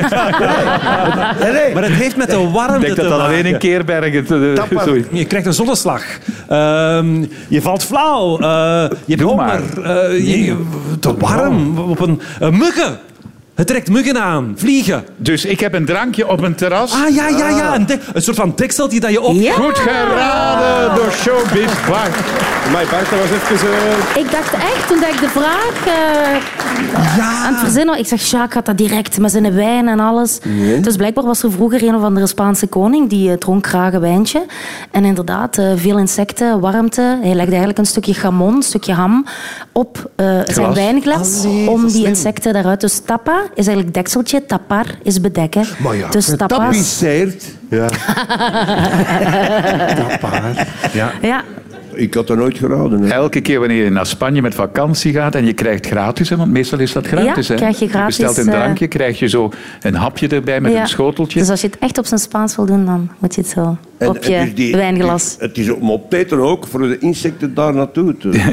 S3: nee, nee.
S4: Maar het heeft met de warmte
S2: Ik denk
S4: te
S2: dat dat
S4: maken.
S2: alleen een keer bergen.
S3: Tapas.
S2: Sorry.
S4: Je krijgt een zonneslag. Ehm, je valt flauw. Eh, je hebt
S2: Doe
S4: honger. Eh, je- je- te warm. Op een, eh, muggen. Het trekt muggen aan. Vliegen.
S2: Dus ik heb een drankje op een terras.
S4: Ah, ja, ja, ja. Een, dek- een soort van dekseltje dat je op...
S8: Ja.
S2: Goed geraden door Showbiz Bart.
S5: Amai, Bart, dat was even... eh,
S8: Ik dacht echt, toen dat ik de vraag eh, aan
S4: Ah.
S8: het verzinnen was, ik zeg, Jacques had dat direct met zijn wijn en alles. Dus blijkbaar was er vroeger een of andere Spaanse koning die eh, dronk graag een wijntje. En inderdaad, eh, veel insecten, warmte. Hij legde eigenlijk een stukje gamon, een stukje ham, op eh, zijn wijnglas om die insecten daaruit. Dus tapa is eigenlijk dekseltje, tapar is bedekken. dus tapas.
S3: Getapiceerd.
S8: Ja,
S3: Ik had dat nooit geraden. hè.
S2: Elke keer wanneer je naar Spanje met vakantie gaat en je krijgt gratis, hè, want meestal is dat gratis.
S8: Ja,
S2: hè.
S8: krijg je gratis,
S2: bestelt een
S8: eh,
S2: drankje, krijg je zo een hapje erbij met
S8: ja.
S2: een schoteltje.
S8: Dus als je het echt op zijn Spaans wil doen, dan moet je het zo
S3: En-
S8: op
S3: en
S8: je
S3: dus die-
S8: wijnglas.
S3: dus Het is om op Peter ook voor de insecten daar naartoe te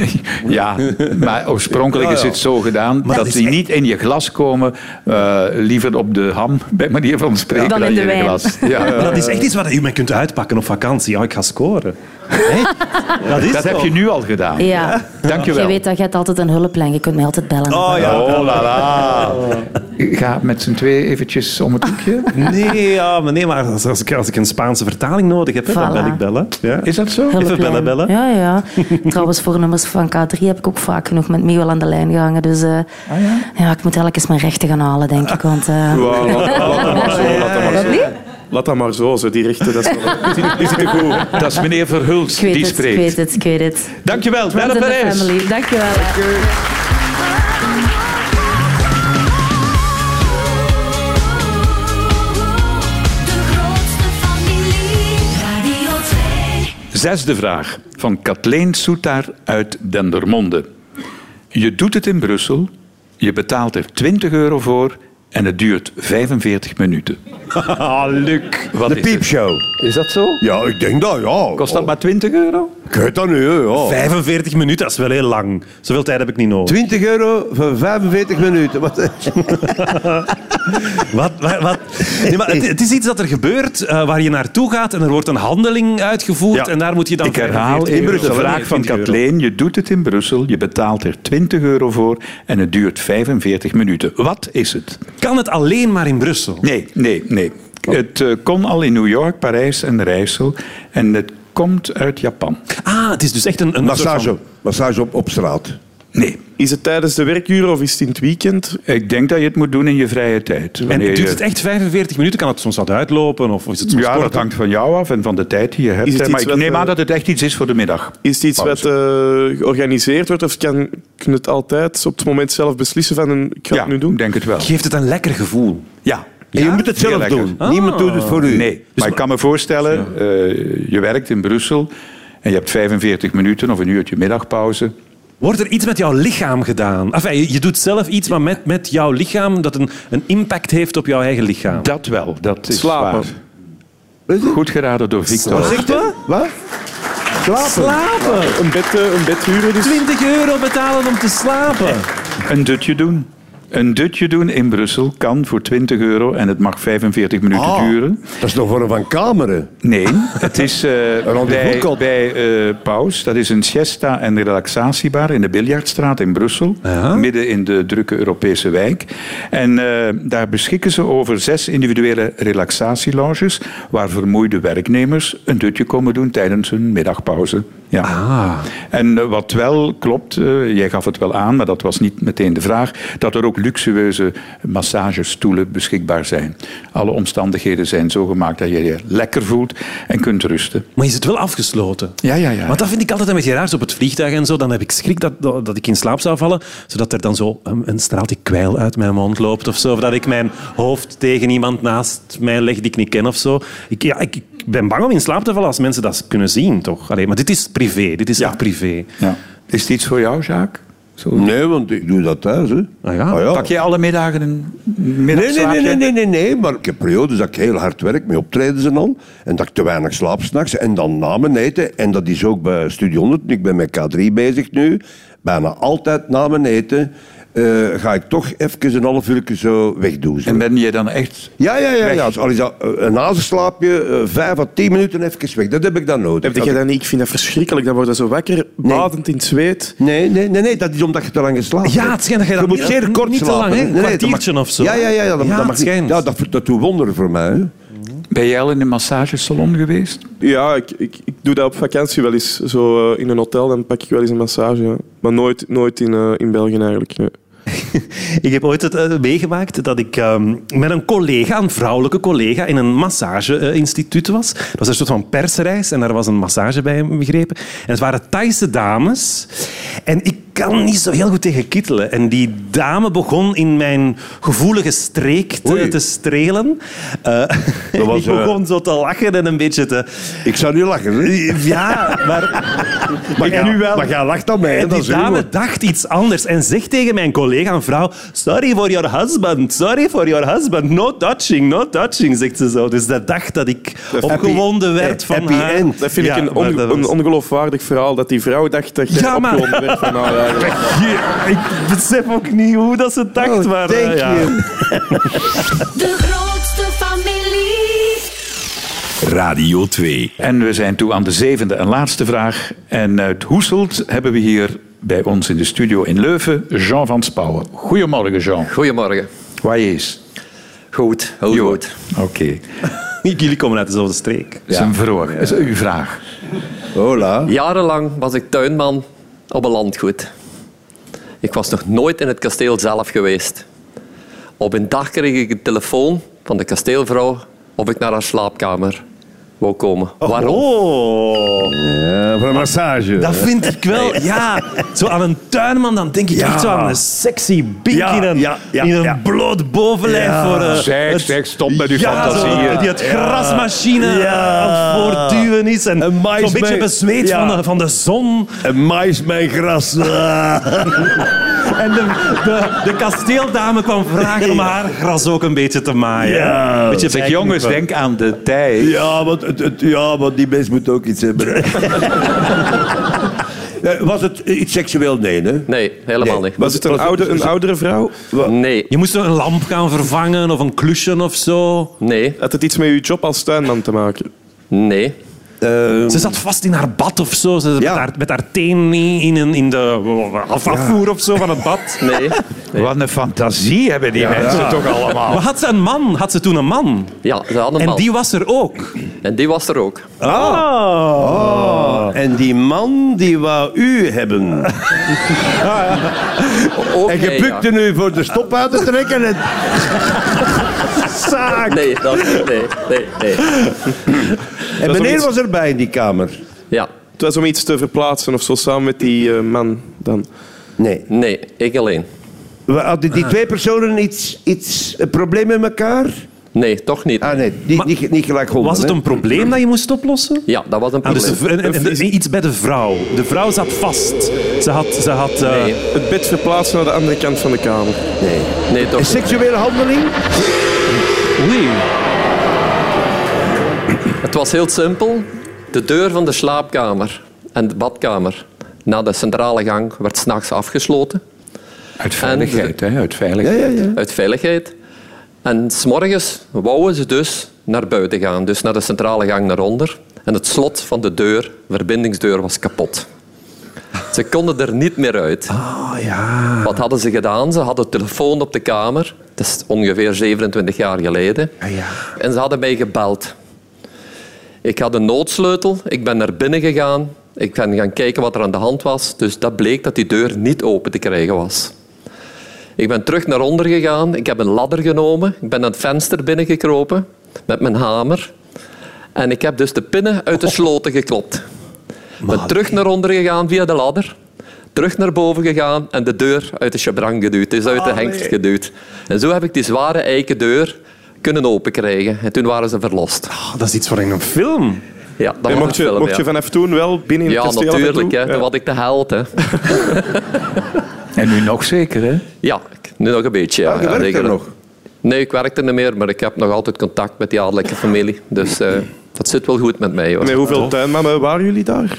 S2: ja, maar oorspronkelijk
S3: Ja,
S2: is
S3: ja.
S2: het zo gedaan dat die niet in je glas komen, eh, liever op de ham, bij manier van spreken,
S8: Dan
S2: dan,
S8: in de
S2: in je
S8: wijn.
S2: glas. Ja.
S4: Maar dat is echt iets waar je mee kunt uitpakken op vakantie. Ja, ik ga scoren. Hè? Dat is
S2: Dat heb
S4: zo.
S2: je nu al gedaan.
S8: Ja.
S2: Dankjewel.
S8: Je weet dat je hebt altijd een hulplijn. Je kunt mij altijd bellen.
S2: Oh la la. Ga met z'n twee eventjes om het hoekje.
S4: Nee, ja, maar, nee, maar als, als ik, als ik een Spaanse vertaling nodig heb, hè, dan
S8: Voilà.
S4: ben ik bellen. Ja.
S2: Is dat zo?
S8: Hulplijn.
S4: bellen, bellen.
S8: Ja, ja. Trouwens, voor nummers van K3 heb ik ook vaak genoeg met Miguel aan de lijn gehangen. Dus
S2: Ah,
S8: eh, ja? ik moet elke eens mijn rechten gaan halen, denk ik. Want, eh,
S5: wauw, laat, laat dat maar zo, laat dat maar zo. Laat dat maar zo, zo die rechten. Dat is, wel- die, die zitten goed.
S2: Dat is meneer Verhulst
S8: ik weet
S2: die
S8: het, ik weet
S2: spreekt.
S8: het, ik weet het.
S2: Dankjewel,
S8: Friends
S2: Belle
S8: in the
S2: Perez.
S8: family. Dankjewel. hè.
S6: De grootste familie. Radio 2.
S2: Zesde vraag van Kathleen Soetaar uit Dendermonde. Je doet het in Brussel, je betaalt er 20 euro voor en het duurt 45 minuten.
S4: Ah, Luc.
S2: Wat
S3: De
S2: is het?
S3: piepshow.
S2: Is dat zo?
S3: Ja, ik denk dat, ja.
S2: Kost dat maar 20 euro?
S3: Ik weet dat nu, hè, ja.
S4: 45 minuten, dat is wel heel lang. Zoveel tijd heb ik niet nodig.
S3: 20 euro voor 45 minuten. Wat,
S4: Wat, wat, wat? Nee, maar het, het is iets dat er gebeurt eh, waar je naartoe gaat en er wordt een handeling uitgevoerd
S3: Ja.
S4: en daar moet je dan
S2: Ik herhaal
S4: 45
S2: in
S4: euro
S2: Brussel. De vraag van
S4: 20 euro.
S2: Kathleen. Je doet het in Brussel, je betaalt er 20 euro voor en het duurt 45 minuten. Wat is het?
S4: Kan het alleen maar in Brussel?
S2: Nee, nee, nee. Het eh, kon al in New York, Parijs en Rijssel. En het komt uit Japan.
S4: Ah, het is dus echt een, een soort
S3: massage.
S4: van-
S3: Massage op, op straat.
S2: Nee.
S5: Is het tijdens de werkuren of is het in het weekend?
S2: Ik denk dat je het moet doen in je vrije tijd.
S4: En
S2: Wanneer
S4: duurt
S2: je-
S4: het echt 45 minuten? Kan het soms wat uitlopen? Of is het soms
S2: eh. ja,
S4: kort?
S2: dat hangt van jou af en van de tijd die je
S5: Is
S2: hebt.
S5: het
S2: hè. Maar
S5: iets
S2: ik
S5: wat,
S2: neem
S5: eh,
S2: aan dat het echt iets is voor de middag.
S5: Is het iets wat
S2: Pauze.
S5: eh, georganiseerd wordt of kan, kan het altijd op het moment zelf beslissen van een, ik ga
S2: ja,
S5: het nu doen?
S2: ik denk het wel.
S4: Geeft het een lekker gevoel?
S2: Ja.
S3: En je moet het
S2: Heel
S3: zelf
S2: lekker.
S3: doen. Niemand doet het voor u.
S2: Nee, maar ik kan me voorstellen, eh, je werkt in Brussel en je hebt 45 minuten of een uurtje middagpauze.
S4: Wordt er iets met jouw lichaam gedaan? Enfin, je, je doet zelf iets, maar met, met jouw lichaam dat een, een impact heeft op jouw eigen lichaam.
S2: Dat wel, dat is
S5: Slapen.
S2: waar. Goed geraden door Victor.
S3: Wat zegt hij? Wat? Slapen.
S4: Slapen!
S5: Een bed, eh, een bed huren dus.
S4: 20 euro betalen om te slapen.
S2: Een dutje doen. Een dutje doen in Brussel kan voor 20 euro en het mag 45 minuten
S3: Ah,
S2: duren.
S3: Dat is nog vorm van kameren.
S2: Nee, het is eh, bij,
S3: rendezvous-kop.
S2: bij eh, Paus. Dat is een siesta- en relaxatiebar in de Biljartstraat in Brussel.
S4: Ja.
S2: Midden in de drukke Europese wijk. En eh, daar beschikken ze over zes individuele relaxatielounges waar vermoeide werknemers een dutje komen doen tijdens hun middagpauze. Ja.
S4: Ah.
S2: En eh, wat wel klopt, eh, jij gaf het wel aan, maar dat was niet meteen de vraag, dat er ook luxueuze massagestoelen beschikbaar zijn. Alle omstandigheden zijn zo gemaakt dat je je lekker voelt en kunt rusten.
S4: Maar is het wel afgesloten?
S2: Ja, ja, ja.
S4: Want dat vind ik altijd een beetje raar, zo op het vliegtuig en zo. Dan heb ik schrik dat, dat, dat ik in slaap zou vallen, zodat er dan zo een, een straaltje kwijl uit mijn mond loopt of zo. Of dat ik mijn hoofd tegen iemand naast mij leg die ik niet ken of zo. Ik, ja, ik, ik ben bang om in slaap te vallen als mensen dat kunnen zien, toch? Allee, maar dit is privé, dit is echt privé.
S2: Ja. Is het iets voor jou, Jacques?
S3: Nee, want ik doe dat thuis. Hè.
S4: Ah ja?
S2: Pak je alle middagen een
S3: Nee, nee,
S2: middagslaapje?
S3: nee, nee, nee, nee, nee, maar ik heb periodes dat ik heel hard werk met optredens en al. En dat ik te weinig slaap s'nachts. En dan na mijn eten. En dat is ook bij Studio 100. Ik ben met K3 bezig nu. Bijna altijd na mijn eten eh, ga ik toch even een half uur zo wegdoezen.
S2: En ben je dan echt...
S3: Ja, ja, ja. ja. Al is dat eh, een hazenslaapje, eh, vijf à tien minuten even weg. Dat heb ik dan nodig.
S5: Heb jij dat niet? Ik vind dat verschrikkelijk. Dan wordt je zo wakker, badend in het zweet.
S3: Nee, nee, nee, nee, dat is omdat je te lang geslapen
S4: Ja,
S3: hebt.
S4: het schijnt dat je dat
S3: moet
S4: niet-
S3: zeer kort
S4: niet te
S3: slapen.
S4: lang, hè? Een
S3: dat mag-
S4: kwartiertje of zo.
S3: Ja, ja, ja, ja, dat,
S4: Ja,
S3: dat mag
S4: het
S3: niet.
S4: schijnt.
S3: Ja, dat, dat doet wonderen voor mij. hè.
S2: Ben jij al in een massagesalon geweest?
S5: Ja, ik, ik, ik doe dat op vakantie wel eens. Zo eh, in een hotel, dan pak ik wel eens een massage. ja. Maar nooit, nooit in, eh, in België eigenlijk. nee.
S4: Ik heb ooit het, eh, meegemaakt dat ik ehm, met een collega, een vrouwelijke collega, in een massageinstituut was. Dat was een soort van persreis en daar was een massage bij hem begrepen. En het waren Thaise dames. En ik kan niet zo heel goed tegen kittelen. En die dame begon in mijn gevoelige streek te,
S3: Oei.
S4: te strelen. Eh, en
S3: was,
S4: ik
S3: eh,
S4: begon zo te lachen en een beetje te...
S3: Ik zou nu lachen. hè.
S4: Ja, maar...
S3: Maar
S4: ik
S3: ja,
S4: nu wel.
S3: Maar jij lacht aan mij. hè,
S4: En
S3: dat
S4: die
S3: is uw
S4: dame
S3: woord.
S4: dacht iets anders en zegt tegen mijn collega, een vrouw, sorry for your husband, sorry for your husband, no touching, no touching, zegt ze zo. Dus dat dacht dat ik opgewonden werd van
S3: happy
S4: haar.
S3: end.
S5: Dat vind
S4: Ja,
S5: ik een,
S4: maar
S5: onge-
S4: dat was-
S5: een ongeloofwaardig verhaal. Dat die vrouw dacht dat je
S4: Ja, maar-
S5: opgewonden werd van "Ah, haar. eigenlijk.
S4: Ja, ik besef ook niet hoe dat ze dacht,
S3: Oh,
S4: maar... eh,
S3: thank
S4: ja.
S3: you.
S6: De grootste familie.
S1: Radio 2.
S2: En we zijn toe aan de zevende en laatste vraag. En uit Hoeselt hebben we hier bij ons in de studio in Leuven Jean van Spouwen. Goedemorgen, Jean.
S9: Goedemorgen.
S2: Waar je is?
S9: Goed, heel
S2: Jo.
S9: goed.
S2: Oké.
S4: Jullie komen uit dezelfde streek.
S2: Dat is een vraag. Dat is uw vraag.
S3: Hola.
S9: Jarenlang was ik tuinman op een landgoed. Ik was nog nooit in het kasteel zelf geweest. Op een dag kreeg ik een telefoon van de kasteelvrouw of ik naar haar slaapkamer wou komen. Waarom?
S4: Oh,
S3: Ja, voor een massage.
S4: dat vind ik wel, ja. Zo aan een tuinman, dan denk ik
S3: Ja.
S4: echt zo aan een sexy bink
S3: Ja,
S4: in een,
S3: ja, ja,
S4: in een
S3: ja.
S4: bloot bovenlijf voor... eh, het-
S2: stop met uw
S4: Ja, zo, die het grasmachine
S3: eh, Ja.
S4: aan het voortduwen is. En
S3: Een
S4: zo'n
S3: mais
S4: beetje
S3: mee-
S4: bezweet
S3: Ja.
S4: van, de, van de zon.
S3: Een mais mijn gras.
S4: En de, de, de kasteeldame kwam vragen om haar gras ook een beetje te maaien.
S3: Ja. Oh,
S4: Beetje
S2: Zeg, jongens,
S4: bijknippen.
S2: denk aan de tijd.
S3: Ja, want, het, het- ja, want die mens moet ook iets hebben. Eh, Was het iets seksueel? Nee, hè?
S9: Nee, helemaal
S3: Nee.
S9: niet.
S5: Was het een, oude, een oudere vrouw?
S9: Nee,
S4: Je moest toch een lamp gaan vervangen of een klusje of zo.
S9: nee,
S5: Had het iets met je job als tuinman te maken?
S9: nee.
S3: Eh,
S4: Ze zat vast in haar bad of zo. Ze
S3: Ja.
S4: met, haar, met haar teen in, in, een- in de af- afvoer of zo van het bad.
S9: Nee.
S2: Wat een fantasie hebben die mensen toch allemaal.
S4: Maar had ze een man? Had ze toen een man?
S9: Ja, ze had een
S4: En
S9: man.
S4: die was er ook.
S9: En die was er ook.
S4: Oh.
S3: Ah. En die man die wou u hebben.
S9: Ook
S3: En je
S9: jij,
S3: bukte nu voor de stop uit te trekken. En...
S9: ja.
S3: Zaak.
S9: Nee, dat, nee, nee, nee.
S3: En meneer
S5: zoiets-
S3: was erbij in die kamer.
S9: Ja,
S5: Het was om iets te verplaatsen of zo, samen met die eh, man dan.
S3: Nee.
S9: nee, ik alleen.
S3: We hadden die twee personen iets, iets een probleem met elkaar?
S9: Nee, toch niet.
S3: Ah nee, niet, niet, niet gelijk geholpen,
S4: Was het
S3: hè?
S4: een probleem dat je moest oplossen?
S9: Ja, dat was een
S4: Ah, dus
S9: probleem.
S4: de v- en- en- en- iets bij de vrouw. De vrouw zat vast. Ze had... Ze had eh,
S9: Nee,
S5: Het bed verplaatsen naar de andere kant van de kamer.
S3: Nee.
S9: nee, toch
S3: Een
S9: niet.
S3: seksuele handeling?
S4: Oei.
S9: Het was heel simpel. De deur van de slaapkamer en de badkamer naar de centrale gang werd s'nachts afgesloten.
S2: Uit veiligheid, hè? Uit
S3: Ja,
S2: veiligheid.
S3: ja, ja.
S7: uit veiligheid. En s'morgens wouden ze dus naar buiten gaan, dus naar de centrale gang naar onder. En het slot van de deur, verbindingsdeur, was kapot. Ze konden er niet meer uit. Wat hadden ze gedaan? Ze hadden telefoon op de kamer. Dat is ongeveer 27 jaar geleden.
S9: Ah,
S7: En ze hadden mij gebeld. Ik had een noodsleutel. Ik ben naar binnen gegaan. Ik ben gaan kijken wat er aan de hand was. Dus dat bleek dat die deur niet open te krijgen was. Ik ben terug naar onder gegaan. Ik heb een ladder genomen. Ik ben aan het venster binnengekropen met mijn hamer. En ik heb dus de pinnen uit de sloten geklopt. Ik ben terug naar onder gegaan via de ladder. Terug naar boven gegaan en de deur uit de chabrang geduwd. Dus uit de hengst geduwd. En zo heb ik die zware eiken deur kunnen openkrijgen. En toen waren ze verlost.
S4: Ah, dat is iets voor in een film.
S7: Ja, dat
S5: En
S7: was
S5: mocht je,
S7: een film,
S5: mocht je
S7: ja.
S5: vanaf toen wel binnen in het
S7: ja,
S5: kasteel af en
S7: natuurlijk.
S5: toe?
S7: Hè. Dan
S5: Ja.
S7: had ik de held. Hè.
S2: En nu nog zeker, hè?
S7: Ja, nu nog een beetje. Ja,
S3: Ah, je
S7: Ja,
S3: werkt
S7: zeker.
S3: er nog?
S7: Nee, ik werkte niet meer, maar ik heb nog altijd contact met die adellijke familie. Dus eh, dat zit wel goed met mij. Hoor.
S5: Hm. Met hoeveel tuinmannen waren jullie daar?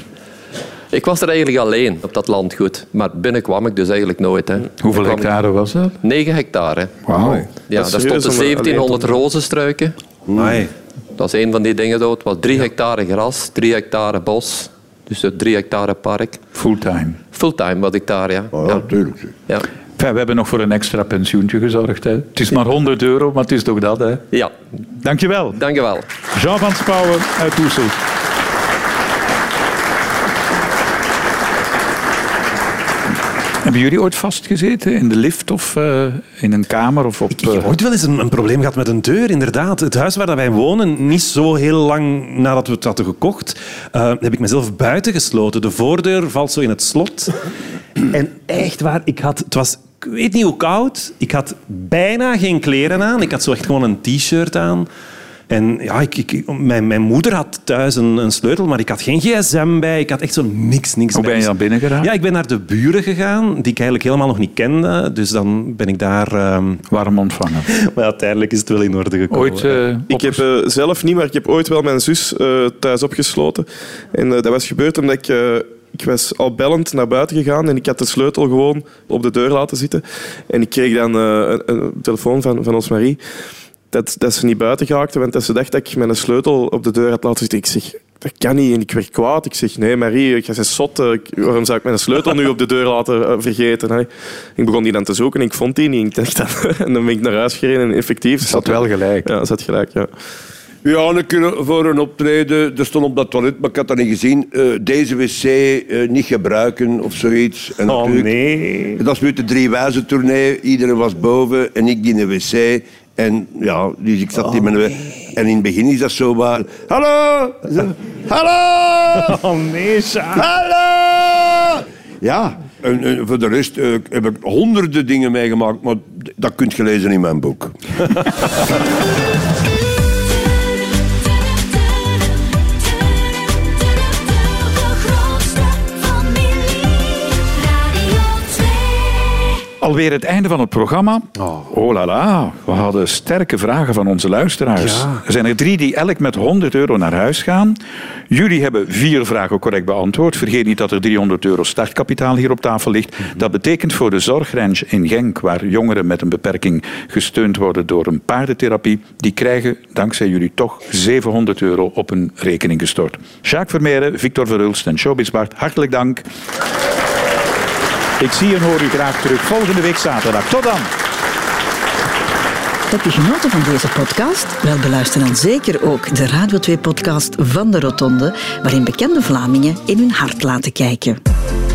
S7: Ik was er eigenlijk alleen op dat landgoed. Maar binnen kwam ik dus eigenlijk nooit. Hè.
S2: Hoeveel
S7: Dan kwam ik-
S2: hectare was dat?
S7: 9 hectare.
S2: Wauw.
S7: Ja,
S5: is
S7: daar
S5: serieus
S7: stonden
S5: om alleen
S7: 1700
S5: te doen.
S7: rozenstruiken.
S4: Amai.
S7: Dat is een van die dingen. zo. Het was 3 hectare gras, 3 hectare bos. Dus 3 hectare park.
S2: Fulltime.
S7: Fulltime was ik daar, ja.
S3: Ah, ja, tuurlijk.
S7: ja.
S2: Enfin, we hebben nog voor een extra pensioentje gezorgd. Hè. Het is maar 100 euro, maar het is toch dat. Hè.
S7: ja.
S2: Dankjewel.
S7: dank je wel.
S2: Jean van Spouwen uit Oesel. Hebben jullie ooit vastgezeten in de lift of eh, in een kamer of op...
S4: Ik
S2: eh,
S4: heb ooit wel eens een, een probleem gehad met een deur, inderdaad. Het huis waar dat wij wonen, niet zo heel lang nadat we het hadden gekocht, eh, heb ik mezelf buiten gesloten. De voordeur valt zo in het slot. En echt waar, ik had... Het was, ik weet niet hoe koud. Ik had bijna geen kleren aan. Ik had zo echt gewoon een t-shirt aan. En ja, ik, ik- mijn, mijn moeder had thuis een, een sleutel, maar ik had geen gsm bij. Ik had echt zo niks, niks
S2: Hoe ben je
S4: bij.
S2: dan binnen geraakt?
S4: Ja, ik ben naar de buren gegaan, die ik eigenlijk helemaal nog niet kende. Dus dan ben ik daar... ehm,
S2: warm ontvangen?
S4: maar uiteindelijk is het wel in orde gekomen.
S2: Ooit eh,
S5: Ik heb eh, zelf niet, maar ik heb ooit wel mijn zus eh, thuis opgesloten. En eh, dat was gebeurd omdat ik... eh, ik was al bellend naar buiten gegaan en ik had de sleutel gewoon op de deur laten zitten. En ik kreeg dan eh, een, een telefoon van, van ons Marie dat, dat ze niet buiten geraakte, want dat ze dacht dat ik mijn sleutel op de deur had laten zitten. Ik zeg, dat kan niet en ik werd kwaad. Ik zeg, nee Marie, jij bent zot. eh, ik- Waarom zou ik mijn sleutel nu op de deur laten eh, vergeten? hè?" Ik begon die dan te zoeken en ik vond die niet. Ik dacht dat- en dan ben ik naar huis gereden en effectief... Ze
S2: had wel gelijk.
S5: Ja, ze had gelijk, ja.
S3: Ja, een keer voor een optreden. Er stond op dat toilet, maar ik had dat niet gezien. eh, deze wc eh, niet gebruiken of zoiets. En
S4: Oh
S3: natuurlijk-
S4: nee.
S3: Het was nu de drie wijzen tournee. Iedereen was boven en ik die in de wc. En ja, dus ik zat
S4: Oh,
S3: in mijn... En in het begin is dat zo waar. Hallo! Zo, Hallo!
S4: Oh nee, Sjaak.
S3: Hallo! Ja, en, en voor de rest eh, heb ik honderden dingen meegemaakt, maar d- dat kunt je lezen in mijn boek.
S6: De grootste familie, Radio 2.
S2: Alweer het einde van het programma. Oh. la la, we hadden sterke vragen van onze luisteraars. Er zijn er drie die elk met 100 euro naar huis gaan. Jullie hebben vier vragen correct beantwoord. Vergeet niet dat er 300 euro startkapitaal hier op tafel ligt. Dat betekent voor de zorgrange in Genk, waar jongeren met een beperking gesteund worden door een paardentherapie, die krijgen dankzij jullie toch 700 euro op hun rekening gestort. Jacques Vermeeren, Victor Verhulst en Showbiz Bart, hartelijk dank. Ik zie en hoor u graag terug volgende week zaterdag. Tot dan!
S10: Heb je genoten van deze podcast? Wel, beluister dan zeker ook de Radio 2-podcast van de Rotonde, waarin bekende Vlamingen in hun hart laten kijken.